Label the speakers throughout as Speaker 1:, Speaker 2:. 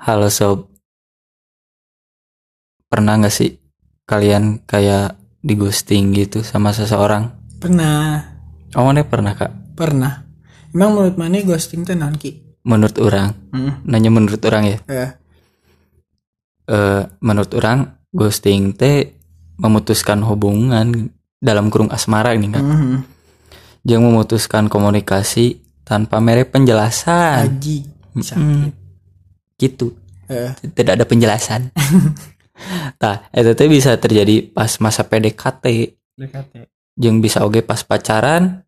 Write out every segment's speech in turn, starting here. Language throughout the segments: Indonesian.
Speaker 1: Halo sob, pernah nggak sih kalian kayak di ghosting gitu sama seseorang?
Speaker 2: Pernah,
Speaker 1: Oh mana pernah kak?
Speaker 2: pernah. Emang menurut mana ghosting tuh non ki?
Speaker 1: Menurut orang,
Speaker 2: Hmm.
Speaker 1: nanya menurut orang ya.
Speaker 2: Eh,
Speaker 1: Eh, menurut orang ghosting teh memutuskan hubungan dalam kurung asmara nih kak.
Speaker 2: mhm.
Speaker 1: Yang memutuskan komunikasi tanpa mere penjelasan.
Speaker 2: Haji.
Speaker 1: Mm-mm. Gitu,
Speaker 2: Eh,
Speaker 1: tidak ada penjelasan. Nah, itu teh bisa terjadi pas masa PDKT. jeung bisa oge pas pacaran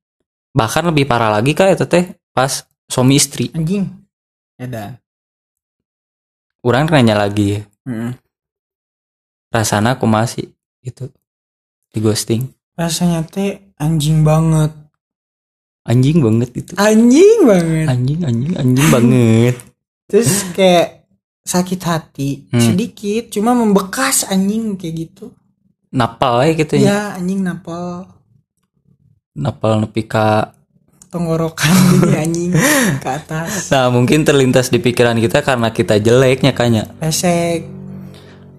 Speaker 1: bahkan lebih parah lagi kak itu teh pas suami istri
Speaker 2: Anjing. Edan.
Speaker 1: orang nanya lagi ya
Speaker 2: Heeh.
Speaker 1: rasana aku masih itu di ghosting
Speaker 2: Rasanya teh anjing banget.
Speaker 1: anjing banget itu
Speaker 2: Anjing banget.
Speaker 1: anjing anjing anjing banget
Speaker 2: Terus kayak sakit hati
Speaker 1: Hmm.
Speaker 2: sedikit, cuma membekas anjing kayak gitu.
Speaker 1: napal ya gitu ya
Speaker 2: Ya anjing napel
Speaker 1: napal nepi ka
Speaker 2: tenggorokan ini anjing ke atas.
Speaker 1: nah mungkin terlintas di pikiran kita karena kita jeleknya kayaknya
Speaker 2: Pesek,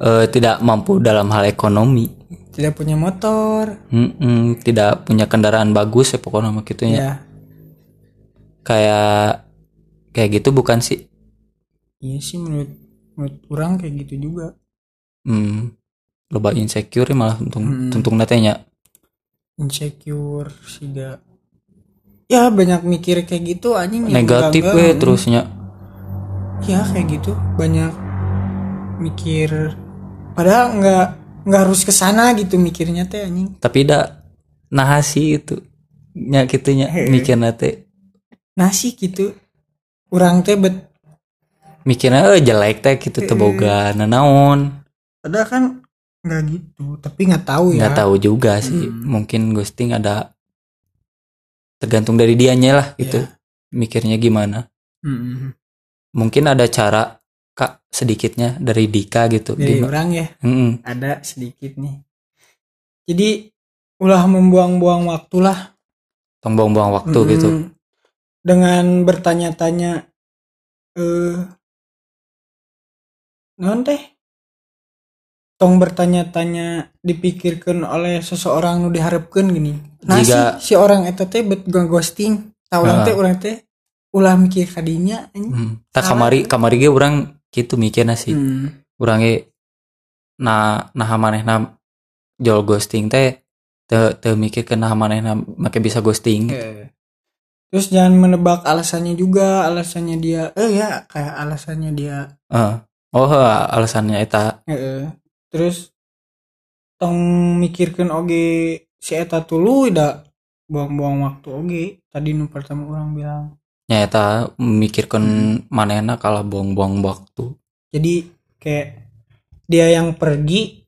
Speaker 1: Eh, tidak mampu dalam hal ekonomi
Speaker 2: tidak punya motor.
Speaker 1: Mm-mm, tidak punya kendaraan bagus ya pokoknya mah gitu ya
Speaker 2: Ya,
Speaker 1: kayak kayak gitu bukan sih
Speaker 2: iya sih menurut menurut orang kayak gitu juga.
Speaker 1: hmm, loba insecure ya malah untung
Speaker 2: Hmm.
Speaker 1: untung natenya
Speaker 2: insecure tidak ya banyak mikir kayak gitu anjing yang
Speaker 1: negatif
Speaker 2: enggak-enggak.
Speaker 1: we terusnya
Speaker 2: ya kayak gitu banyak mikir padahal nggak nggak harus kesana gitu mikirnya teh anjing
Speaker 1: tapi da nahasi itu nya kitunya mikir nate
Speaker 2: nasi gitu orang teh bet
Speaker 1: mikirnya eh jelek teh gitu teh boga nanaon
Speaker 2: padahal kan nggak gitu tapi nggak tahu ya
Speaker 1: nggak tahu juga sih mungkin ghosting ada tergantung dari dianya lah gitu mikirnya gimana
Speaker 2: Mm-mm.
Speaker 1: mungkin ada cara kak sedikitnya dari Dika gitu
Speaker 2: dari
Speaker 1: gimana
Speaker 2: orang ya
Speaker 1: Mm-mm.
Speaker 2: ada sedikit nih jadi ulah membuang-buang waktu lah
Speaker 1: tong buang-buang waktu
Speaker 2: Mm-mm.
Speaker 1: gitu
Speaker 2: Hmm. dengan bertanya-tanya eh non teh tong bertanya-tanya dipikirkan oleh seseorang nu diharapkan gini nah
Speaker 1: Jika-
Speaker 2: si, si orang eta teh bet gua ghosting
Speaker 1: Ah.
Speaker 2: tah orang teh orang teh ulah mikir kadinya anjing.
Speaker 1: Hmm. Tak
Speaker 2: Salah.
Speaker 1: kamari kamari ge urang gitu mikirna sih.
Speaker 2: Hmm.
Speaker 1: Urang ge na naha manehna jol ghosting teh teu teu mikir ke naha manehna make bisa ghosting.
Speaker 2: Eh. terus jangan menebak alasannya juga alasannya dia eh ya kayak alasannya dia
Speaker 1: Heeh. Oh, heuh, alasannya eta
Speaker 2: Heeh. Terus tong mikirkan oge si eta tulu udah buang-buang waktu oge. Tadi nu pertama orang bilang.
Speaker 1: nya eta mikirkeun
Speaker 2: Hmm.
Speaker 1: manehna kalah buang-buang waktu.
Speaker 2: Jadi kayak dia yang pergi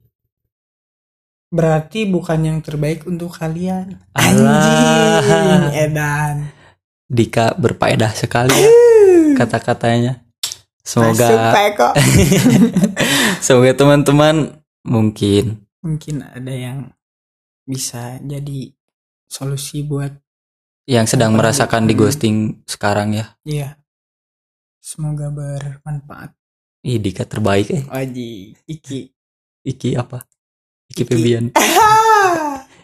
Speaker 2: berarti bukan yang terbaik untuk kalian.
Speaker 1: Alah.
Speaker 2: Anjing, edan.
Speaker 1: Dika berfaedah sekali ya kata-katanya.
Speaker 2: Masuk
Speaker 1: Semoga
Speaker 2: Pak Eko.
Speaker 1: semoga teman-teman mungkin
Speaker 2: Mungkin ada yang bisa jadi solusi buat
Speaker 1: yang sedang
Speaker 2: Apa
Speaker 1: merasakan
Speaker 2: lagi?
Speaker 1: di ghosting sekarang ya.
Speaker 2: dia. Semoga bermanfaat.
Speaker 1: Ih, Dika terbaik eh.
Speaker 2: Waji, Iki.
Speaker 1: Iki apa? Iki,
Speaker 2: Iki.
Speaker 1: Febian.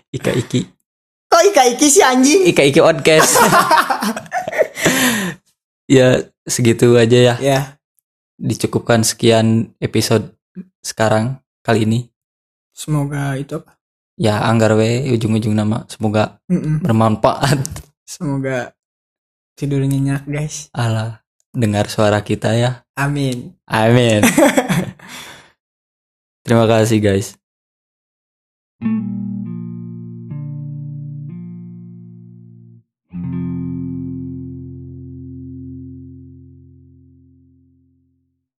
Speaker 1: Ika Iki.
Speaker 2: Kok Ika Iki sih anjing?
Speaker 1: Ika Iki podcast. ya segitu aja ya.
Speaker 2: Ya,
Speaker 1: Dicukupkan sekian episode sekarang kali ini.
Speaker 2: semoga itu apa?
Speaker 1: Ya anggar we ujung-ujung nama. Semoga
Speaker 2: Mm-mm.
Speaker 1: bermanfaat.
Speaker 2: Semoga tidur nyenyak guys.
Speaker 1: Allah dengar suara kita ya.
Speaker 2: Amin.
Speaker 1: Amin. Terima kasih guys.